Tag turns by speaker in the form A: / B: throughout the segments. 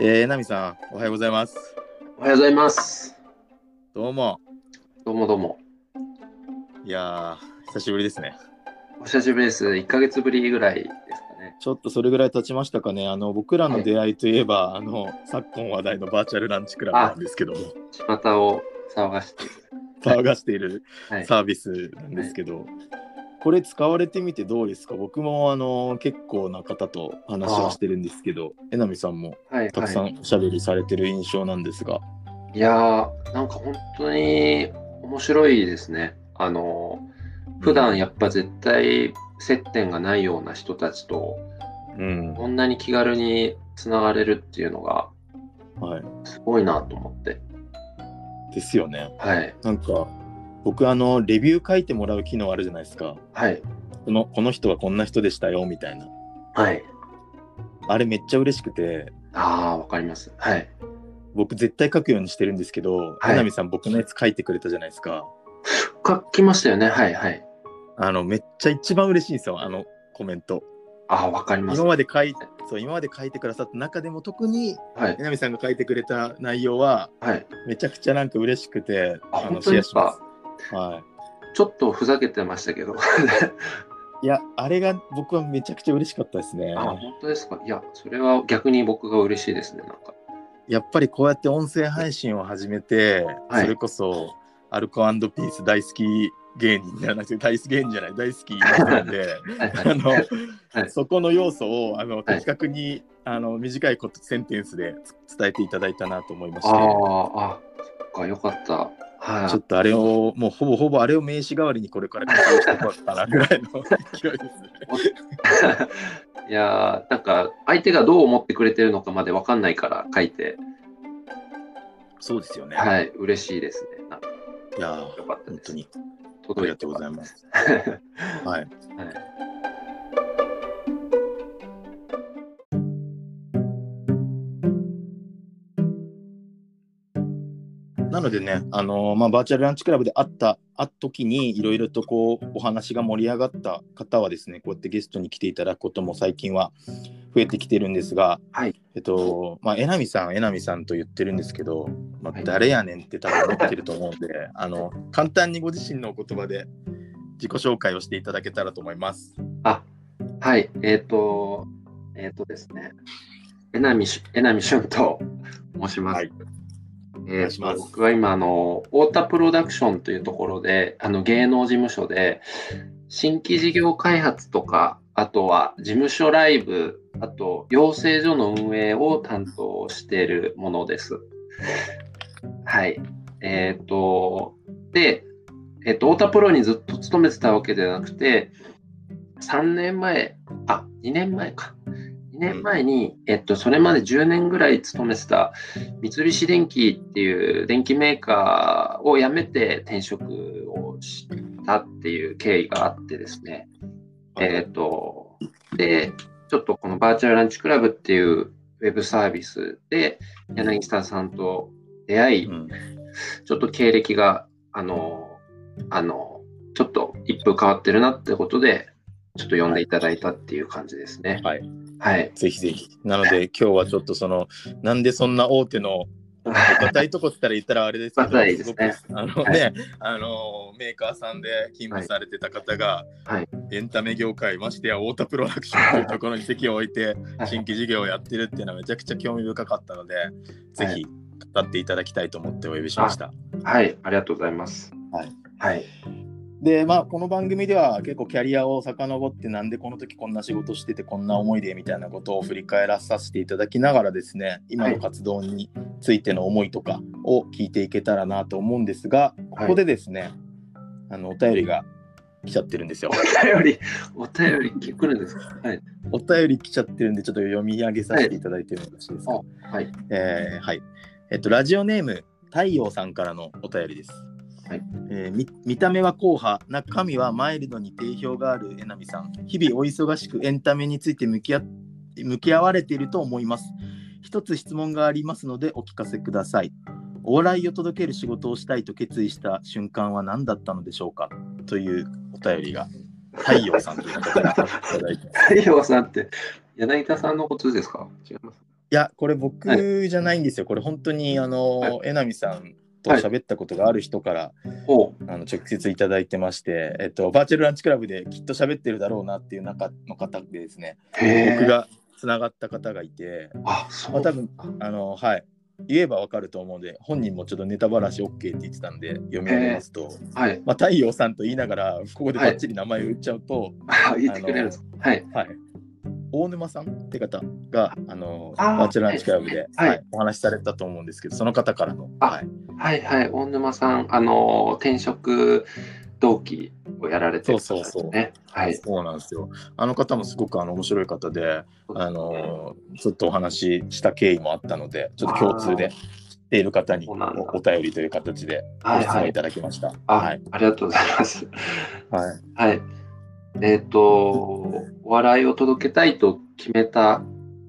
A: えー、ナミさん、おはようございます。
B: おはようございます。
A: どうも。
B: どうもどうも。
A: いやー、久しぶりですね。
B: お久しぶりです。1ヶ月ぶりぐらいですかね。
A: ちょっとそれぐらい経ちましたかね。あの、僕らの出会いといえば、あの、昨今話題のバーチャルランチクラブなんですけど、
B: 巷を騒がして。
A: 騒がしている
B: はい。
A: サービスなんですけど、これ使われてみてどうですか僕も、あの、結構な方と話をしてるんですけど、えなみさんも
B: はい、
A: たくさ
B: は
A: んおしゃべりされてる印象なんですが、
B: い。いやー、なんか本当に面白いですね。あの、普段やっぱ絶対接点がないような人たちと、
A: うん、
B: こんなに気軽につながれるっていうのが
A: は
B: すごいなと思って。
A: い。ですよね。
B: はい。
A: なんか、僕、あの、レビュー書いてもらう機能あるじゃないですか。
B: はい。
A: このこの人はこんな人でしたよみたいな
B: はい。
A: あれめっちゃ嬉しくて
B: あー、わかります。はい。
A: 僕絶対書くようにしてるんですけど
B: はい
A: 南、さん僕のやつ書いてくれたじゃないですか
B: 書きましたよね。はいはい。
A: あのめっちゃ一番嬉しいんですよあのコメント
B: あー、わかります。
A: 今まで書いそう今まで書いてくださった中でも特に
B: はい。
A: 南さんが書いてくれた内容は
B: はい。
A: めちゃくちゃなんか嬉しくて
B: あ、
A: あの
B: 本当
A: シェア
B: です
A: しま
B: か
A: す。は
B: ちょっとふざけてましたけど。
A: いいやあれが僕はめちゃくちゃ嬉しかったですね
B: あ、本当ですか。いや、それは逆に僕が嬉しいですね。なんか。
A: やっぱりこうやって音声配信を始めて、
B: はい
A: それこそアルコピース大好き芸人じゃなくて大好き芸人じゃない大好きなんで
B: はい
A: あ
B: はい
A: の、
B: はい
A: そこの要素をあの的確に、あの短いことセンテンスで伝えていただいたなと思いまし
B: あ
A: て
B: ーあ、そっか、よかった。は
A: ちょっ
B: い。
A: とあれをもうほぼほぼあれを名刺代わりにこれから活用していこうかなぐらいの勢いですね。
B: いやー、なんか相手がどう思ってくれてるのかまでわかんないから書いて、
A: そうですよね。い、
B: はい、嬉しいですね。なんか
A: やー
B: よかった
A: 本
B: で
A: 当
B: す。
A: にあ
B: 届
A: り
B: い
A: が
B: て
A: とう
B: よ
A: ご
B: か
A: ざ
B: っ
A: います。
B: たはい
A: はい、なのでね、あのーまあ、バーチャルランチクラブで会ったあ時にいろいろとこうお話が盛り上がった方はですねこうやってゲストに来ていただくことも最近は増えてきてるんですが、
B: はい
A: えっとまあ、えなみさんえなみさんと言ってるんですけど、まあ
B: はい
A: 誰やねんって多分思ってると思うんであの簡単にご自身のお言葉で自己紹介をしていただけたらと思います。
B: あ、はい、えっ、と、えっ、とですね。えなみし、えなみしゅんと申します。
A: はい
B: え
A: 願いし
B: ー
A: ま
B: と
A: す
B: 僕は今あの太田プロダクションというところであの芸能事務所で新規事業開発とかあとは事務所ライブあと養成所の運営を担当しているものです。はい。えっ、とで、えー、と太田プロにずっと勤めてたわけではなくて3年前あ2年前か2年前に、えっと、それまで10年ぐらい勤めてた三菱電機っていう電機メーカーを辞めて転職をしたっていう経緯があってですね、えっ、と、で、ちょっとこのバーチャルランチクラブっていうウェブサービスで柳下さんと出会い、
A: うん
B: ちょっと経歴が、あの、あの、ちょっと一風変わってるなってことで、ちょっと呼んでいただいたっていう感じですね。
A: はい、
B: はい。
A: ぜひぜひ。なので今日はちょっとそのなんでそんな大手の硬いとこって言ったら言ったらあれですけど、
B: 硬いですす
A: ごく
B: ね
A: あのね、あのメーカーさんで勤務されてた方が、
B: はい
A: エンタメ業界ましてや太田プロダクションというところに席を置いて
B: はい
A: 新規事業をやってるっていうのはめちゃくちゃ興味深かったので、ぜひ語っていただきたいと思ってお呼びしました。
B: はい、ありがとうございます。
A: はい。
B: はい。
A: でまあこの番組では結構キャリアを遡ってなんでこの時こんな仕事しててこんな思いでみたいなことを振り返らさせていただきながらですね今の活動についての思いとかを聞いていけたらなと思うんですがここでですね、あのお便りが来ちゃってるんですよ。
B: お便り、お便り来るんですかはい。
A: お便り来ちゃってるんでちょっと読み上げさせていただいてもよろしいですか。
B: はい。
A: えーはい。えっと、ラジオネーム、太陽さんからのお便りです。
B: はい
A: えーみ見た目は硬派、中身はマイルドに定評がある江波さん。日々お忙しくエンタメについて向き合向き合われていると思います。一つ質問がありますのでお聞かせください。お笑いを届ける仕事をしたいと決意した瞬間は何だったのでしょうかというお便りが太陽さんという方からいただいてます。
B: 太陽さんって、柳田さんのことですか違います。
A: いや、これ僕じゃないんですよ。これ本当に、あの、えなみさんと喋ったことがある人から、
B: おう
A: あの直接いただいてまして、えっと、バーチャルランチクラブできっと喋ってるだろうなっていう中の方でですね、
B: へ
A: 僕
B: え。
A: がつながった方がいて、
B: あ、そ
A: まあ、
B: う
A: 多。分あのはい言えばわかると思うんで本人もちょっとネタばらし OK って言ってたんで読み上げますと、
B: はい。
A: まあ、太陽さんと言いながらここでバッチリ名前を言っちゃうと、
B: あ言ってくれるんです。はい。
A: はい大沼さんって方があの
B: あー
A: バーチャルランチクラブで、
B: は
A: はいいお話しされたと思うんですけどその方からの、
B: あ
A: はい、
B: はいはい。大沼さん、あの、転職同期をやられてる方です
A: そうそうそう
B: ね。はい。
A: そうなんですよあの方もすごくあの面白い方であのちょっとお話しした経緯もあったのでちょっと共通
B: あ
A: で知っている方に
B: そうなんだ
A: おお便りという形でご
B: はい
A: 質
B: は
A: 問い
B: い。
A: ただきました。
B: あ、ありがとうございます。
A: はいはい
B: はい。えっ、と、お笑いを届けたいと決めた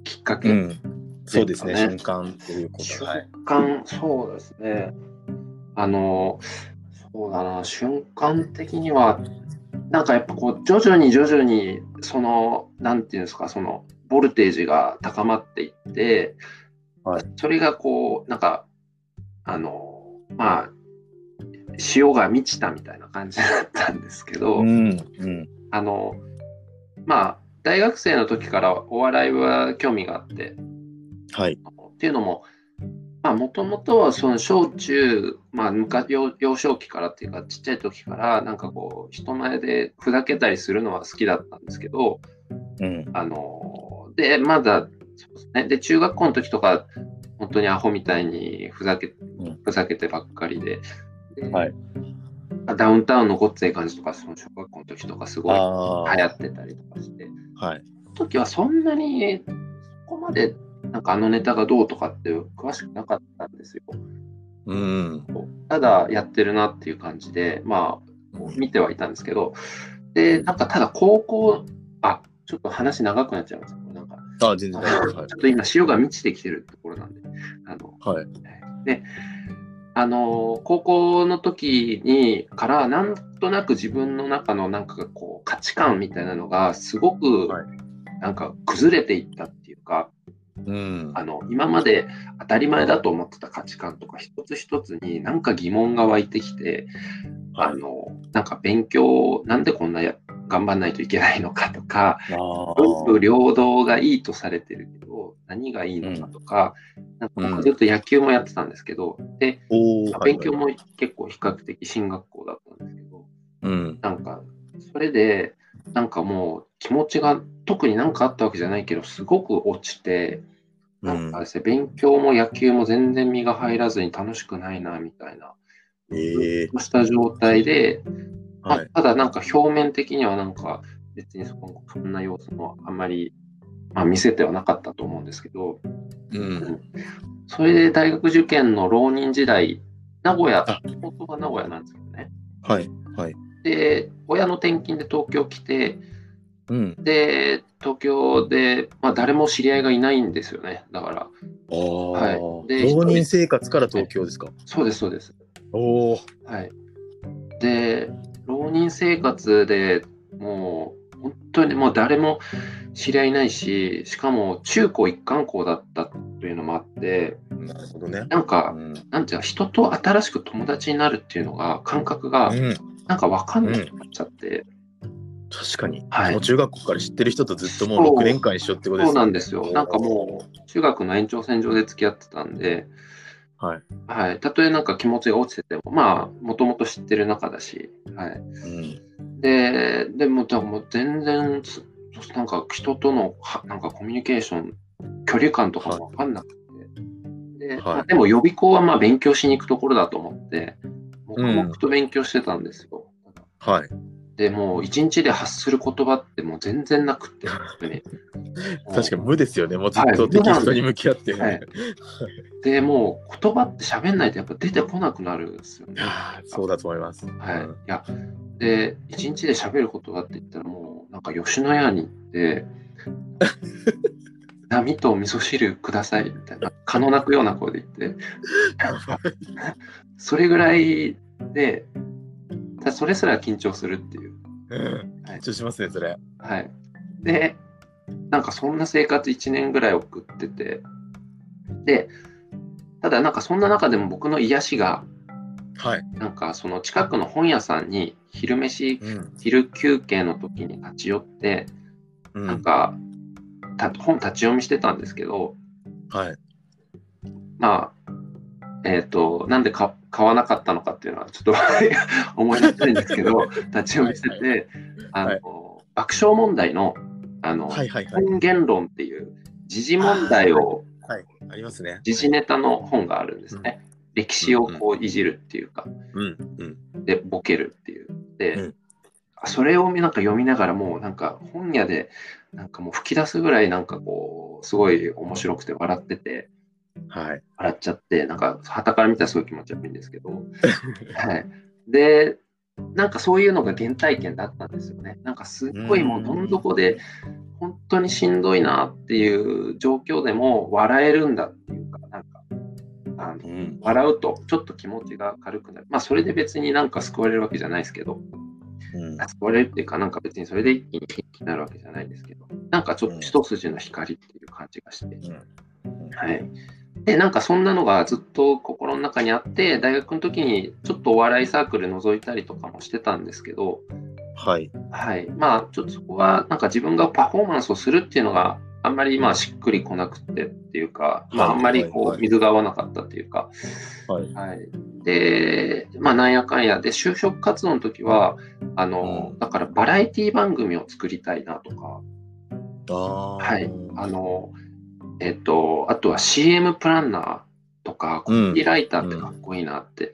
B: きっかけ、
A: うん、そうですね、
B: ですかね
A: 瞬間ということで、はい
B: 瞬間、そうですね。あの、そうだな、瞬間的には、なんかやっぱこう、徐々に徐々に、その、なんていうんですか、その、ボルテージが高まっていって、
A: はい
B: それがこう、なんか、あの、まあ、潮が満ちたみたいな感じだったんですけど、
A: うんうん
B: あのまあ大学生の時からお笑いは興味があって
A: はい
B: っていうのももともとはその小中、まあ、昔幼幼少期からっていうかちっちゃい時からなんかこう人前でふざけたりするのは好きだったんですけど
A: うん
B: あのでまだそうですねで中学校の時とか本当にアホみたいにふざけ
A: ん
B: ふざけてばっかりで。で
A: はい
B: ダウンタウンのごっつい感じとか、その小学校の時とかすごい
A: あ
B: 流
A: あ
B: 行ってたりとかして、
A: はい
B: 時はそんなにそこまでなんかあのネタがどうとかって詳しくなかったんですよ。
A: うん
B: ただやってるなっていう感じでまあこう見てはいたんですけどでなんかただ高校あちょっと話長くなっちゃいますけどなんか
A: あ全然大丈夫
B: ちょっと今潮が満ちてきてるところなんであの
A: はいはい
B: であの高校の時にからなんとなく自分の中のなんかこう価値観みたいなのがすごく
A: はい
B: なんか崩れていったっていうか、
A: うん
B: あの今まで当たり前だと思ってた価値観とか一つ一つになんか疑問が湧いてきて、
A: はい
B: あのなんか勉強なんでこんなや頑張んないといけないのかとか
A: ああ
B: 文武両道がいいとされてるけど何がいいのかとか,、なんか僕ずっと野球もやってたんですけど、で
A: おー
B: 勉強も結構比較的進学校だったんですけど
A: うん
B: なんかそれでなんかもう気持ちが特になんかあったわけじゃないけどすごく落ちて。
A: う
B: なん
A: ん
B: かですね、勉強も野球も全然身が入らずに楽しくないな、みたいな、
A: ええ
B: そうした状態で、まあ
A: はい
B: ただなんか表面的にはなんか別にそこそんな様子もあんまり、まあ、見せてはなかったと思うんですけど、
A: うん
B: それで大学受験の浪人時代、名古屋
A: あ、
B: 本当は名古屋なんですけどね。
A: はいはい
B: で、親の転勤で東京来て、
A: うん
B: で、東京で、まあ、誰も知り合いがいないんですよね。だから、
A: ああ、
B: はいで
A: 浪人生活から東京ですか
B: そうです、そうです。
A: おお
B: はい、で浪人生活でもう本当にもう誰も知り合いないししかも中高一貫校だったというのもあって
A: なるほどね
B: なん
A: う
B: か
A: ん
B: なんていうの人と新しく友達になるっていうのが感覚が
A: うん
B: なんか分かんなくなっちゃって、
A: 確かに、
B: はい
A: もう中学校から知ってる人とずっと
B: そ
A: も
B: う
A: う6年間一緒ってことです
B: そうなんですよなんかもう中学の延長線上で付き合ってたんで、
A: うはい、
B: はい、たとえなんか気持ちが落ちててもまあもともと知ってる仲だし、はい、
A: うん、
B: で、でも、でも全然、つなんか人とのはなんかコミュニケーション、距離感とかも分かんなくて、で
A: はい
B: まあでも予備校はまあ勉強しに行くところだと思って、黙々と勉強してたんですよ。
A: はい
B: でもう一日で発する言葉ってもう全然なくって、本当に
A: 確かに
B: も
A: 無ですよね、もうずっ
B: は
A: と
B: い
A: テキストに向き合って。
B: うはい、でもう言葉って喋んないとやっぱ出てこなくなるんですよね。
A: あーそうだと思います。
B: はい、
A: う
B: い
A: ん
B: やで一日で喋ることがって言ったらもうなんか吉野家に行 って「波と味噌汁ください」みたいな可能なくような声で言ってそれぐらいでただそれすら緊張するっていう
A: うん 緊張しますね、それ。
B: はいでなんかそんな生活1年ぐらい送っててで、ただなんかそんな中でも僕の癒しが、
A: はい。
B: なんかその近くの本屋さんに昼飯、
A: うん。
B: 昼休憩の時に立ち寄って、
A: うん
B: なんか、た本立ち読みしてたんですけど、
A: はい。
B: まあ、えっ、と、なんでか買わなかったのかっていうのはちょっと 思い出せないんです けど、立ち読みしてて、あの、
A: はい
B: 爆笑問題の、あの、
A: はいはいはい。
B: 本言論っていう時事問題を、
A: はい。ありますね。
B: 時事ネタの本があるんですね。歴史をこういじるっていうか、
A: うん。うん。
B: で、ボケるっていう。で、
A: うん
B: それをなんか読みながらもうなんか本屋でなんかもう吹き出すぐらいなんかこうすごい面白くて笑ってて
A: はい。
B: 笑っちゃってなんか傍から見たらすごい気持ち悪いんですけど、 はい、でなんかそういうのが原体験だったんですよねなんかすっごいもうどん底で本当にしんどいなっていう状況でも笑えるんだっていうかなんかあの
A: うん。
B: 笑うとちょっと気持ちが軽くなるまあそれで別になんか救われるわけじゃないですけど
A: うん。
B: 救われるっていうかなんか別にそれで一気に元気になるわけじゃないですけどなんかちょっと一筋の光っていう感じがして、はい、でなんかそんなのがずっと心の中にあって大学の時にちょっとお笑いサークル覗いたりとかもしてたんですけど、
A: はい。
B: はい、まあちょっとそこはなんか自分がパフォーマンスをするっていうのがあんまりまあしっくりこなくてっていうか、まあ、
A: はい
B: あんまり
A: はい
B: こ
A: はいう
B: 水が合わなかったっていうか、
A: はい。
B: はい、で、まあ、なんやかんやで就職活動の時はあの、
A: うん
B: だからバラエティ番組を作りたいなとか、
A: ああ。
B: はい、あの、えっと、あとは CM プランナーとか、コピーライターってかっこいいなって、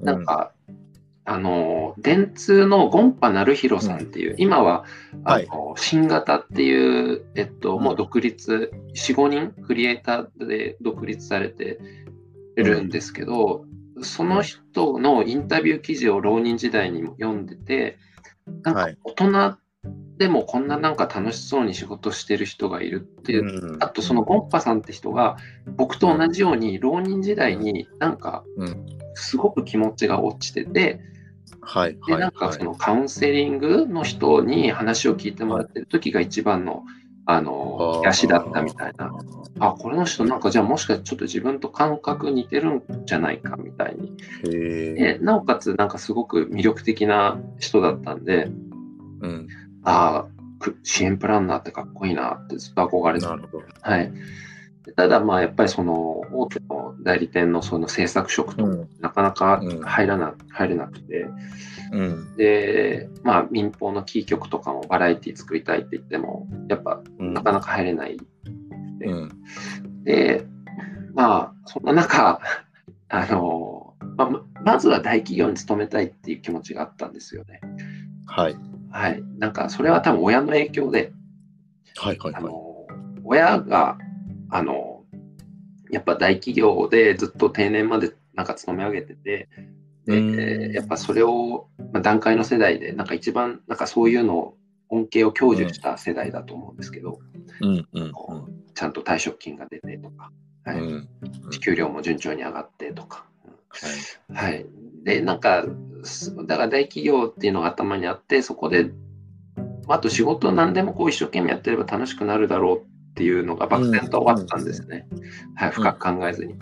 B: なんか、あの、電通の権波成弘さんっていう、今は、あの新型っていう、えっと、
A: うん
B: もう独立、4、5人クリエイターで独立されてるんですけど、その人のインタビュー記事を浪人時代にも読んでて、なん
A: は
B: か
A: い
B: 大人でもこんななんか楽しそうに仕事してる人がいるっていう、
A: うん、
B: あとそのゴンパさんって人が僕と同じように浪人時代になんか
A: うん
B: すごく気持ちが落ちてて、
A: はい
B: で
A: はい
B: なんか
A: は
B: そのカウンセリングの人に話を聞いてもらってる時が一番のあの
A: い
B: 癒しだったみたいな。あこの人なんかじゃあもしかしてちょっと自分と感覚似てるんじゃないかみたいに
A: へえ
B: でなおかつなんかすごく魅力的な人だったんで
A: うん
B: ああ、く支援プランナーってかっこいいなってずっと憧れてた
A: な。るほど
B: はい。でただまあやっぱりその大手の代理店のその制作職と
A: うん
B: なかなか
A: うん
B: 入らな、入れなくて、
A: うん
B: で、まあ民放のキー局とかもバラエティ作りたいって言っても、やっぱ
A: うん
B: なかなか入れない。
A: うん
B: で、まあそんな中、 あの、まあままずは大企業に勤めたいっていう気持ちがあったんですよね。
A: はい
B: はい。なんかそれは多分親の影響で、
A: はいはい
B: あ
A: はい
B: の親があのやっぱ大企業でずっと定年までなんか勤め上げてて、で
A: うん
B: やっぱそれを、まあ、段階の世代でなんか一番なんかそういうのを恩恵を享受した世代だと思うんですけど、
A: うんうん
B: ちゃんと退職金が出てとか、
A: う
B: はい
A: んうん
B: 給料も順調に上がってとか、
A: はい
B: はい、でなんかすだから大企業っていうのが頭にあってそこであと仕事を何でもこう一生懸命やってれば楽しくなるだろうっていうのが漠然と終わったんですね、はい、深く考えずに、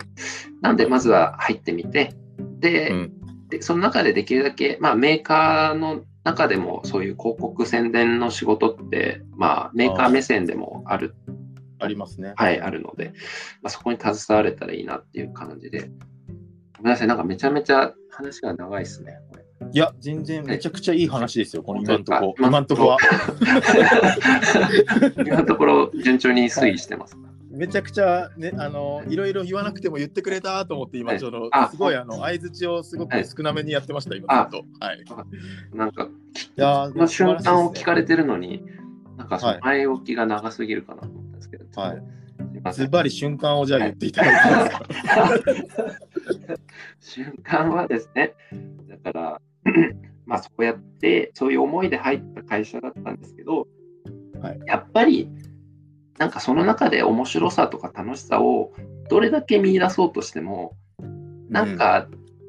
B: なんでまずは入ってみてで,、
A: うん
B: でその中でできるだけ、まあ、メーカーの中でもそういう広告宣伝の仕事って、まあ、メーカー目線でもある
A: ありますね
B: はい、あるので、まあ、そこに携われたらいいなっていう感じで。ごめんなさい、なんかめちゃめちゃ話が長いですね。これ
A: いや全然めちゃくちゃいい話ですよこの今んとこ
B: 本当ですか
A: 今んとこは
B: 今のところ順調に推移してます。
A: めちゃくちゃねあのいろいろ言わなくても言ってくれたと思って今
B: はい
A: ちょっと
B: あ
A: すごいあの相槌をすごく少なめにやってました今
B: あ
A: ちょっとはいい
B: なんか、
A: や
B: この瞬間を聞か
A: れ
B: れてるのに、なんかそ
A: は
B: の
A: い
B: 前置きが長すぎるかなと思ったんですけど、
A: はい
B: すいませ
A: ズ
B: ん。
A: バリ瞬間をじゃあ言っていただいていいですか
B: 瞬間はですね、だから、 まあそうやって、そういう思いで入った会社だったんですけど、
A: はい
B: やっぱり、なんかその中で面白さとか楽しさをどれだけ見出そうとしても、なんか、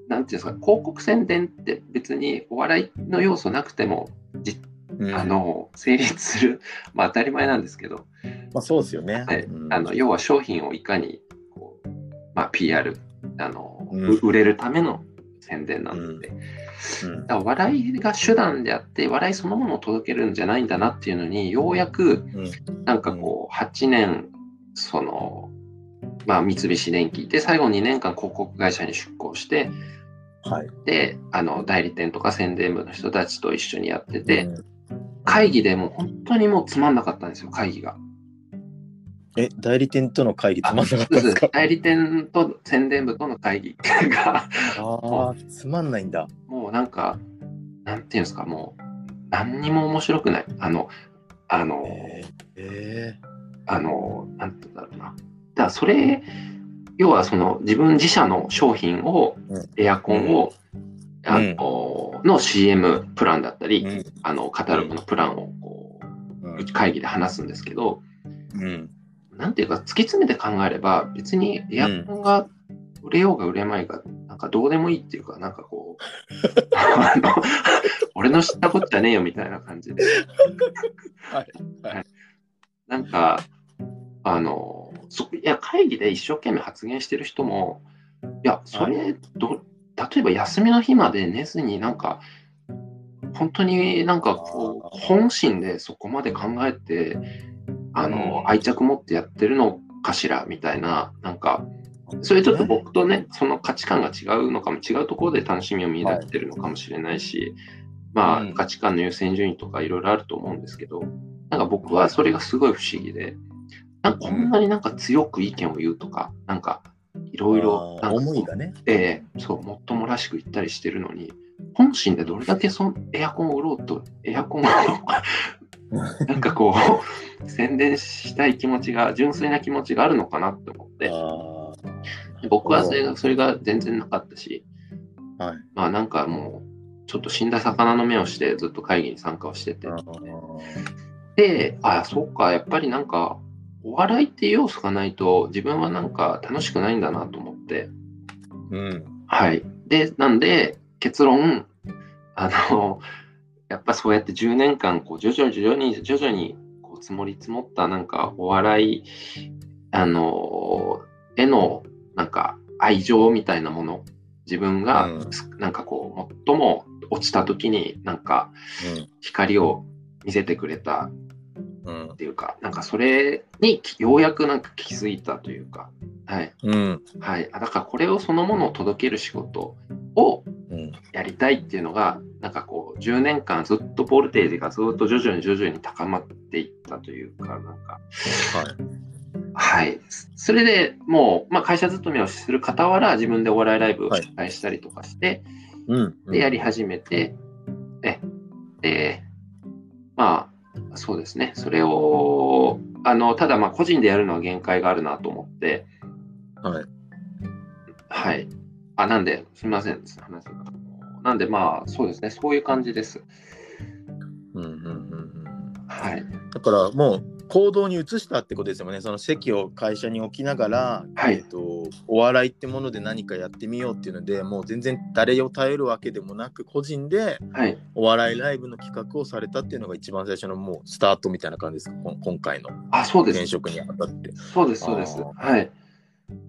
B: なんていうんですか、広告宣伝って別にお笑いの要素なくても、
A: うん
B: あの成立する、まあ当たり前なんですけど、
A: まあそうですよね
B: はい
A: うん
B: あの要は商品をいかにこうまあ、PR あの、
A: うん
B: う売れるための宣伝なので、
A: うん
B: だから笑いが手段であって笑いそのものを届けるんじゃないんだなっていうのにようやくなんかこう8年そのまあ三菱電機で最後2年間広告会社に出向して
C: はい。
B: であの代理店とか宣伝部の人たちと一緒にやってて会議でもう本当にもうつまんなかったんですよ会議が。
A: え、代理店との会議つまんなかったんですか
B: 代理店と宣伝部との会議が
A: ああー、つまんないんだ。
B: もうなんか、なんていうんですか、もう、何にも面白くない。あの、あの、
A: えーえ
B: あの、なんて言うんだろうな。だからそれ、要はその自分自社の商品を
A: うん、
B: エアコンを、あの、の CM プランだったり、
A: ー
B: あの、カタログのプランを、こ
A: うん
B: う、会議で話すんですけど、
A: うん
B: なんていうか、突き詰めて考えれば、別にエアコンが売れようが売れまいが、なんかどうでもいいっていうか、なんかこう、あの俺の知ったこっちゃねえよみたいな感じで。
A: はいはい
B: はいなんか、あの、そいや会議で一生懸命発言してる人も、いや、それど、例えば休みの日まで寝ずになんか、本当になんかこ
A: あ
B: う、
A: ー
B: 本心でそこまで考えて、あの、愛着持ってやってるのかしらみたいな、なんか、それちょっと僕とね、その価値観が違うのかも、違うところで楽しみを見出してるのかもしれないし、
A: う
B: まあ、
A: ん
B: 価値観の優先順位とかいろいろあると思うんですけど、なんか僕はそれがすごい不思議で、なんかこんなになんか強く意見を言うとか、なんかいろいろ、
A: あー
B: なんか
A: 思いがね。
B: ええそう、もっともらしく言ったりしてるのに、本心でどれだけそのエアコンを売ろうと、エアコンを なんかこう、宣伝したい気持ちが、純粋な気持ちがあるのかなって思って、
A: あ
B: で僕はそれがそれが全然なかったし、
A: あ、はい。
B: まあなんかもう、ちょっと死んだ魚の目をして、ずっと会議に参加をしてて、で、あ、そっか、やっぱりなんか、お笑いっていう要素がないと、自分はなんか楽しくないんだなと思って、
A: うん。
B: はい。で、なんで、結論、あの、やっぱそうやって10年間、こう、徐々に徐々に、徐々に、こう、積もり積もった、なんか、お笑い、あの、への、なんか、愛情みたいなもの、自分が、
A: うん
B: なんかこう、最も落ちた時に、なんか、光を見せてくれた
A: うん。
B: っていうか、なんかそれにようやくなんか気づいたというか、はい。
A: うん。
B: はい。あだからこれをそのものを届ける仕事を
A: うん。
B: やりたいっていうのが、なんかこう、10年間ずっとボルテージがずっと徐々に徐々に高まっていったというか、なんか、はい。それでもう、まあ会社勤めをする傍ら、自分でお笑いライブを主催したりとかして、
A: うん。
B: でやり始めて、え、で、まあ、そうですね、それを、あの、ただまあ、個人でやるのは限界があるなと思って、
A: はい。
B: はい。あ、なんで、すみません、話がなんで、まあ、そうですね、そういう感じです。
A: うん。うん。うん。
B: はい。
A: だからもう行動に移したってことですよね。その席を会社に置きながら、
B: は
A: えっ
B: い。
A: と、お笑いってもので何かやってみようっていうので、もう全然誰を頼るわけでもなく、個人で
B: はい。
A: お笑いライブの企画をされたっていうのが一番最初のもうスタートみたいな感じですか、こん今回の
B: あ、そうで
A: 現
B: す。
A: 職にあたって。
B: そうです、そうです。
A: あー
B: はい。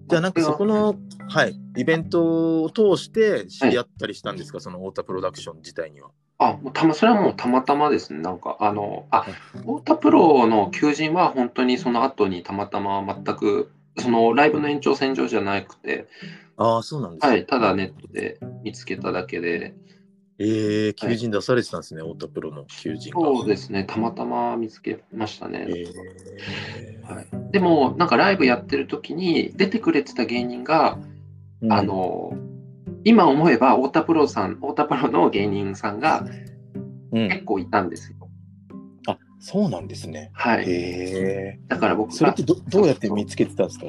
A: じゃあなんかそこの、はい、イベントを通して知り合ったりしたんですか、その太田プロダクション自体には。
B: あ、もうたま、それはもうたまたまですね。なんか、あの、あ、太田プロの求人は本当にその後にたまたま全く、そのライブの延長線上じゃなくて、
A: ああ、そうなんですね。
B: はい、ただネットで見つけただけで、
A: ええ求人出されてたんですね、太田プロの求人が。
B: そうですね、たまたま見つけましたね。
A: えー
B: はいでも、なんかライブやってる時に出てくれてた芸人が、
A: うん
B: あの、今思えば太田プロさん、太田プロの芸人さんが
A: うん、
B: 結構いたんですよ。
A: あそうなんですね。
B: はい。
A: へえ。
B: だから僕
A: それ
B: が
A: って、どどうやって見つけてたんですか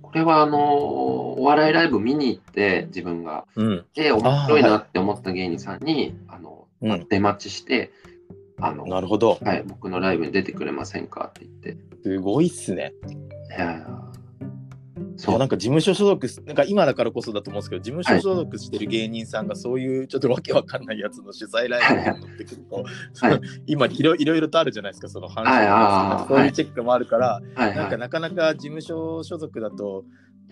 B: これはあの、お笑いライブ見に行って、自分が。
A: うん。
B: で、面白いなって思った芸人さんに、あの、
A: うん、
B: 出待ちして、あの、
A: なるほど。
B: はい、僕のライブに出てくれませんかって言って。
A: すごいっすね。
B: いやー
A: いやなんか事務所所属すなんか今だからこそだと思うんですけど事務所所属してる芸人さんがそういうちょっとわけわかんないやつの取材ライブに乗ってくる と、その今いろいろいろとあるじゃないですかその反
B: はいあー
A: そういうチェックもあるから、
B: はい
A: なん
B: は
A: か
B: い。
A: なかなか事務所所属だと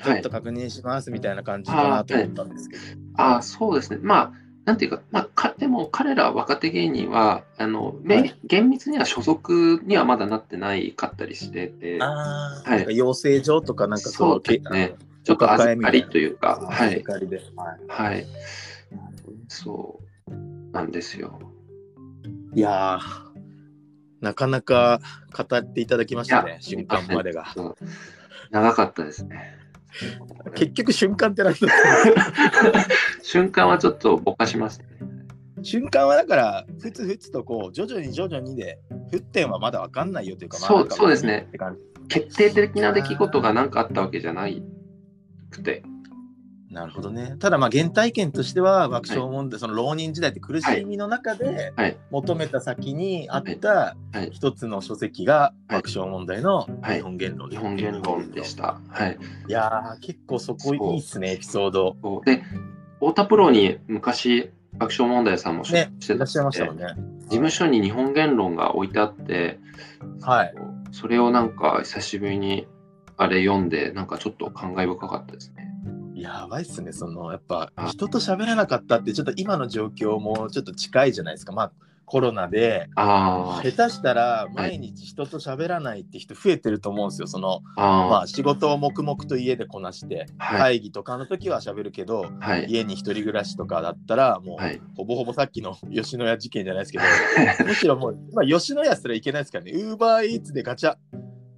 A: ちょ
B: は
A: っ
B: い
A: と確認しますみたいな感じかなと思ったんですけど、
B: ああ、そうですね。まあ、なんていうか、まあ、か、でも彼ら若手芸人は、あの、め
A: はい
B: 厳密には所属にはまだなってないかったりしてて、
A: ああ、
B: はい
A: なんか養成所とかなんか
B: そう
A: け
B: です
A: あの
B: ね。ちょっと
A: お
B: 預
A: 抱え
B: か
A: みたいな
B: りというか、は
A: 世
B: い、
A: 界で、は
B: はい。そうなんですよ。
A: い、いやーなかなか語っていただきましたね瞬間までが
B: そう長かったですね。
A: 結局瞬間って何だった
B: 瞬間はちょっとぼかしますね。
A: 瞬間はだからふつふつとこう徐々に徐々にで沸点はまだわかんないよというかまあ
B: そう
A: なんか
B: そうですね
A: って感
B: 決定的な出来事が何かあったわけじゃないくて、
A: じなるほどねただまあ原体験としては爆笑問題、その浪人時代って苦しみの中で
B: はい
A: 求めた先にあった
B: いはい
A: 一つの書籍が
B: はい
A: 爆笑問題の
B: はい
A: 日本言論
B: 日本言論でした。はい。
A: いやー結構そこいいっすねエピソード
B: そうで、太田プロに昔、爆笑問題さんも所
A: ね
B: 属し
A: い
B: て
A: ら
B: た
A: っしゃいましたもん
B: 事
A: ね
B: 務所に日本言論が置いてあって、
A: はい
B: それをなんか久しぶりにあれ読んで、なんかちょっと感慨深かったですね。
A: やばいっすねそのやっぱ
B: あ
A: 人と喋らなかったってちょっと今の状況もちょっと近いじゃないですかまあコロナで
B: あー
A: 下手したら毎日人と喋らないって人増えてると思うんですよ。そのま
B: あ
A: あ仕事を黙々と家でこなして
B: ー、はい、
A: 会議とかの時は喋るけど
B: はい、
A: 家に一人暮らしとかだったらも
B: はい。
A: うほぼほぼさっきの 吉野家事件じゃないですけ どむしろもう今吉野家すらいけないですからねウーバーイーツでガチャ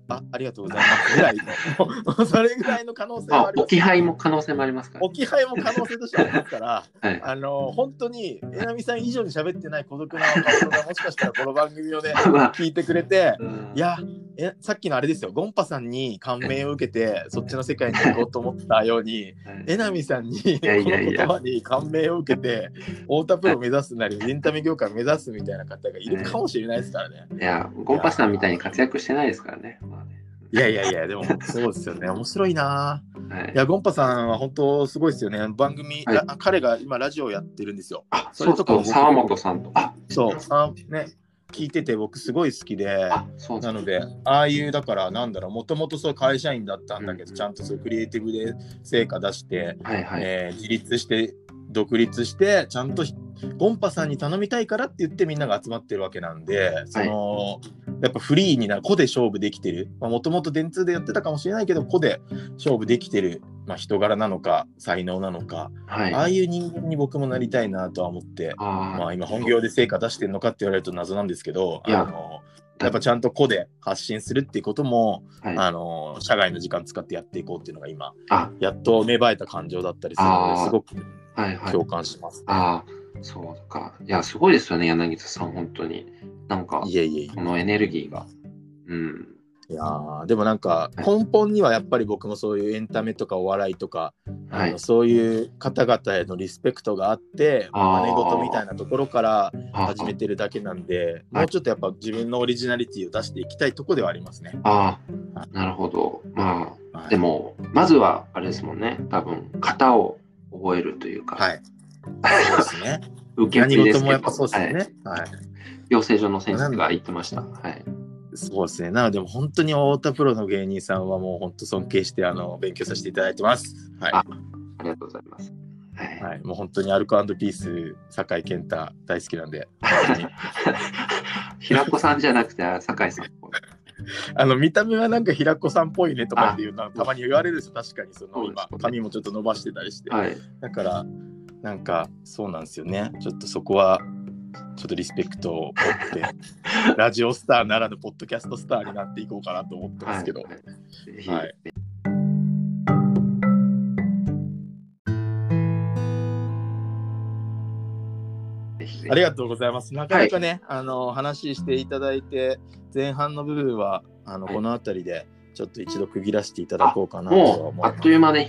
A: あありがとうございますぐらいのもうそれぐらいの可能性は
B: あ
A: あ、りま
B: 置
A: す
B: き。配も可能性もありますから。
A: 置き配も可能性としてありますから。
B: はい。
A: あの本当にえなみさん以上に喋ってない孤独な若者がもしかしたらこの番組をね
B: まあ、
A: 聞いてくれて
B: うん
A: い、やえさっきのあれですよゴンパさんに感銘を受けてそっちの世界に行こうと思ったように
B: はい
A: えなみさんにこ
B: や
A: の
B: いやい
A: 言
B: や
A: 葉に感銘を受けて太田プロを目指すなりエンタメ業界を目指すみたいな方がいるかもしれないですからね。
B: いや、ゴンパスさんみたいに活躍してないですからね。まあね
A: いやいやいやでもそうですよね面白いなぁ。
B: はい
A: いやゴンパさんは本当すごいですよね番組、
B: はい
A: ら彼が今ラジオやってるんですよ。
B: あ、
A: そ
B: そ
A: れ
B: う
A: とか
B: そう、
A: 僕
B: 沢本さんとか。
A: そうあね聞いてて僕すごい好きで。
B: あ、そう
A: な
B: だ。
A: のでああいうだからなんだろうもともとそう会社員だったんだけど、
B: うん
A: ちゃんとそういうクリエイティブで成果出して、
B: はいはい。
A: えー自立して独立してちゃんとひゴンパさんに頼みたいからって言ってみんなが集まってるわけなんでその、やっぱフリーになる個で勝負できてるもともと電通でやってたかもしれないけど個で勝負できてる、まあ、人柄なのか才能なのか、
B: はい。
A: あ
B: あ
A: あいう人間に僕もなりたいなとは思って
B: ー
A: まあ、今本業で成果出してるのかって言われると謎なんですけど
B: いや
A: あのやっぱちゃんと個で発信するっていうことも、
B: はい
A: あの社外の時間使ってやっていこうっていうのが今
B: あ、
A: やっと芽生えた感情だったりするの
B: あ
A: で
B: ー
A: すごく
B: はいはい。
A: 共感します、
B: あーそうか。いや、すごいですよね、柳田さん、本当に。なんか
A: い、、えいえい
B: このエネルギーが。うん。
A: えいやーでもなんか根本にはやっぱり僕もそういうエンタメとかお笑いとか、
B: は
A: あ
B: い
A: の。そういう方々へのリスペクトがあって
B: あー
A: 真似事みたいなところから
B: あ
A: 始めてるだけなんで
B: は
A: も
B: い
A: うちょっとやっぱ自分のオリジナリティを出していきたいとこではありますね。
B: あー、なるほど。ま
A: は
B: あ、
A: い
B: でも、まずは、あれですもんね、多分、型を覚えるというか、
A: はい。そうです ね。
B: 受け継
A: 何
B: いです
A: 事
B: け
A: もや
B: ど
A: っぱそうですよ
B: はい
A: ね。はい。
B: 養成所の先生が言ってました。はい。
A: そうですね。なので、本当に太田プロの芸人さんはもう本当尊敬して、あの、勉強させていただいてます。はい。
B: あありがとうございます。はい。
A: はい、もう本当にアルコピース、酒井健太大好きなんで、
B: 平子さんじゃなくて、あ酒井さん。
A: あの、見た目はなんか平子さんっぽいねとかっていうのはたまに言われるんですよ。確かに、その、
B: そうです
A: 今、髪もちょっと伸ばしてたりして。
B: はい。
A: だから、なんか、そうなんですよね。ちょっとそこは、ちょっとリスペクトを持 って、ラジオスターならぬポッドキャストスターになっていこうかなと思ってますけど。
B: はい。ぜひ
A: はい
B: ぜひぜひ
A: ありがとうございます。なかなかね、あの話していただいて、前半の部分はあの、
B: はい
A: この辺りでちょっと一度区切らせていただこうかなとは
B: もう、
A: 思
B: あ
A: いま
B: っと
A: す。
B: いう間に。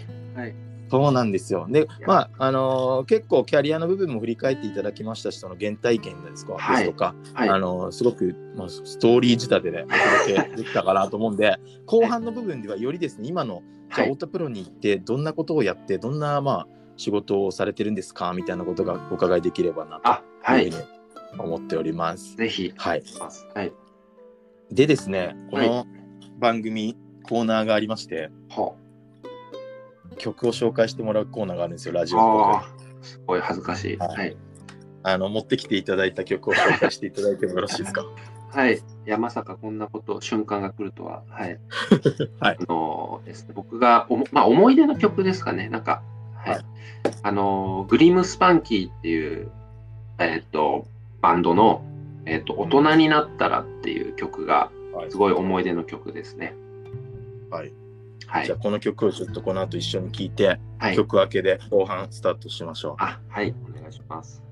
A: そうなんですよ。で、まあ、あのー結構キャリアの部分も振り返っていただきましたし、その原体験ですか、
B: はい
A: ですとか、
B: はい
A: あのーすごく、まあ、ストーリー仕立てでお届けできたかなと思 うんで、後半の部分ではよりですね、今の、じゃあ、
B: はい
A: 太田プロに行って、どんなことをやって、どんな、まあ、仕事をされてるんですかみたいなことがお伺いできればな
B: あ、
A: と
B: はいいう
A: ふ。うに思っております。
B: ぜひ、
A: はい。
B: はい。
A: でですね、こ
B: は
A: の番組、コーナーがありまして、
B: ほ
A: 曲を紹介してもらうコーナーがあるんですよ、ラジ
B: う。
A: オの
B: あ
A: 中で
B: あ、すごい恥ずかしい。
A: はい
B: はい。
A: あの持ってきていただいた曲を紹介していただいてもよろしいですか
B: はい。いや、まさかこんなこと、瞬間が来るとは。 はい。
A: はい。
B: あのですね、僕がおも、まあ、思い出の曲ですかね。なんか、はい。
A: はい
B: あの、グリムスパンキーっていう、えっ、と、バンドの、えっ、と、大人になったらっていう曲が、
A: はい
B: すごい思い出の曲ですね。
A: はい。
B: は
A: じゃ
B: い
A: あ。この曲をちょっとこの後一緒に聴いて、
B: はい。
A: 曲明けで後半スタートしましょう。
B: あ、はい。お願いします。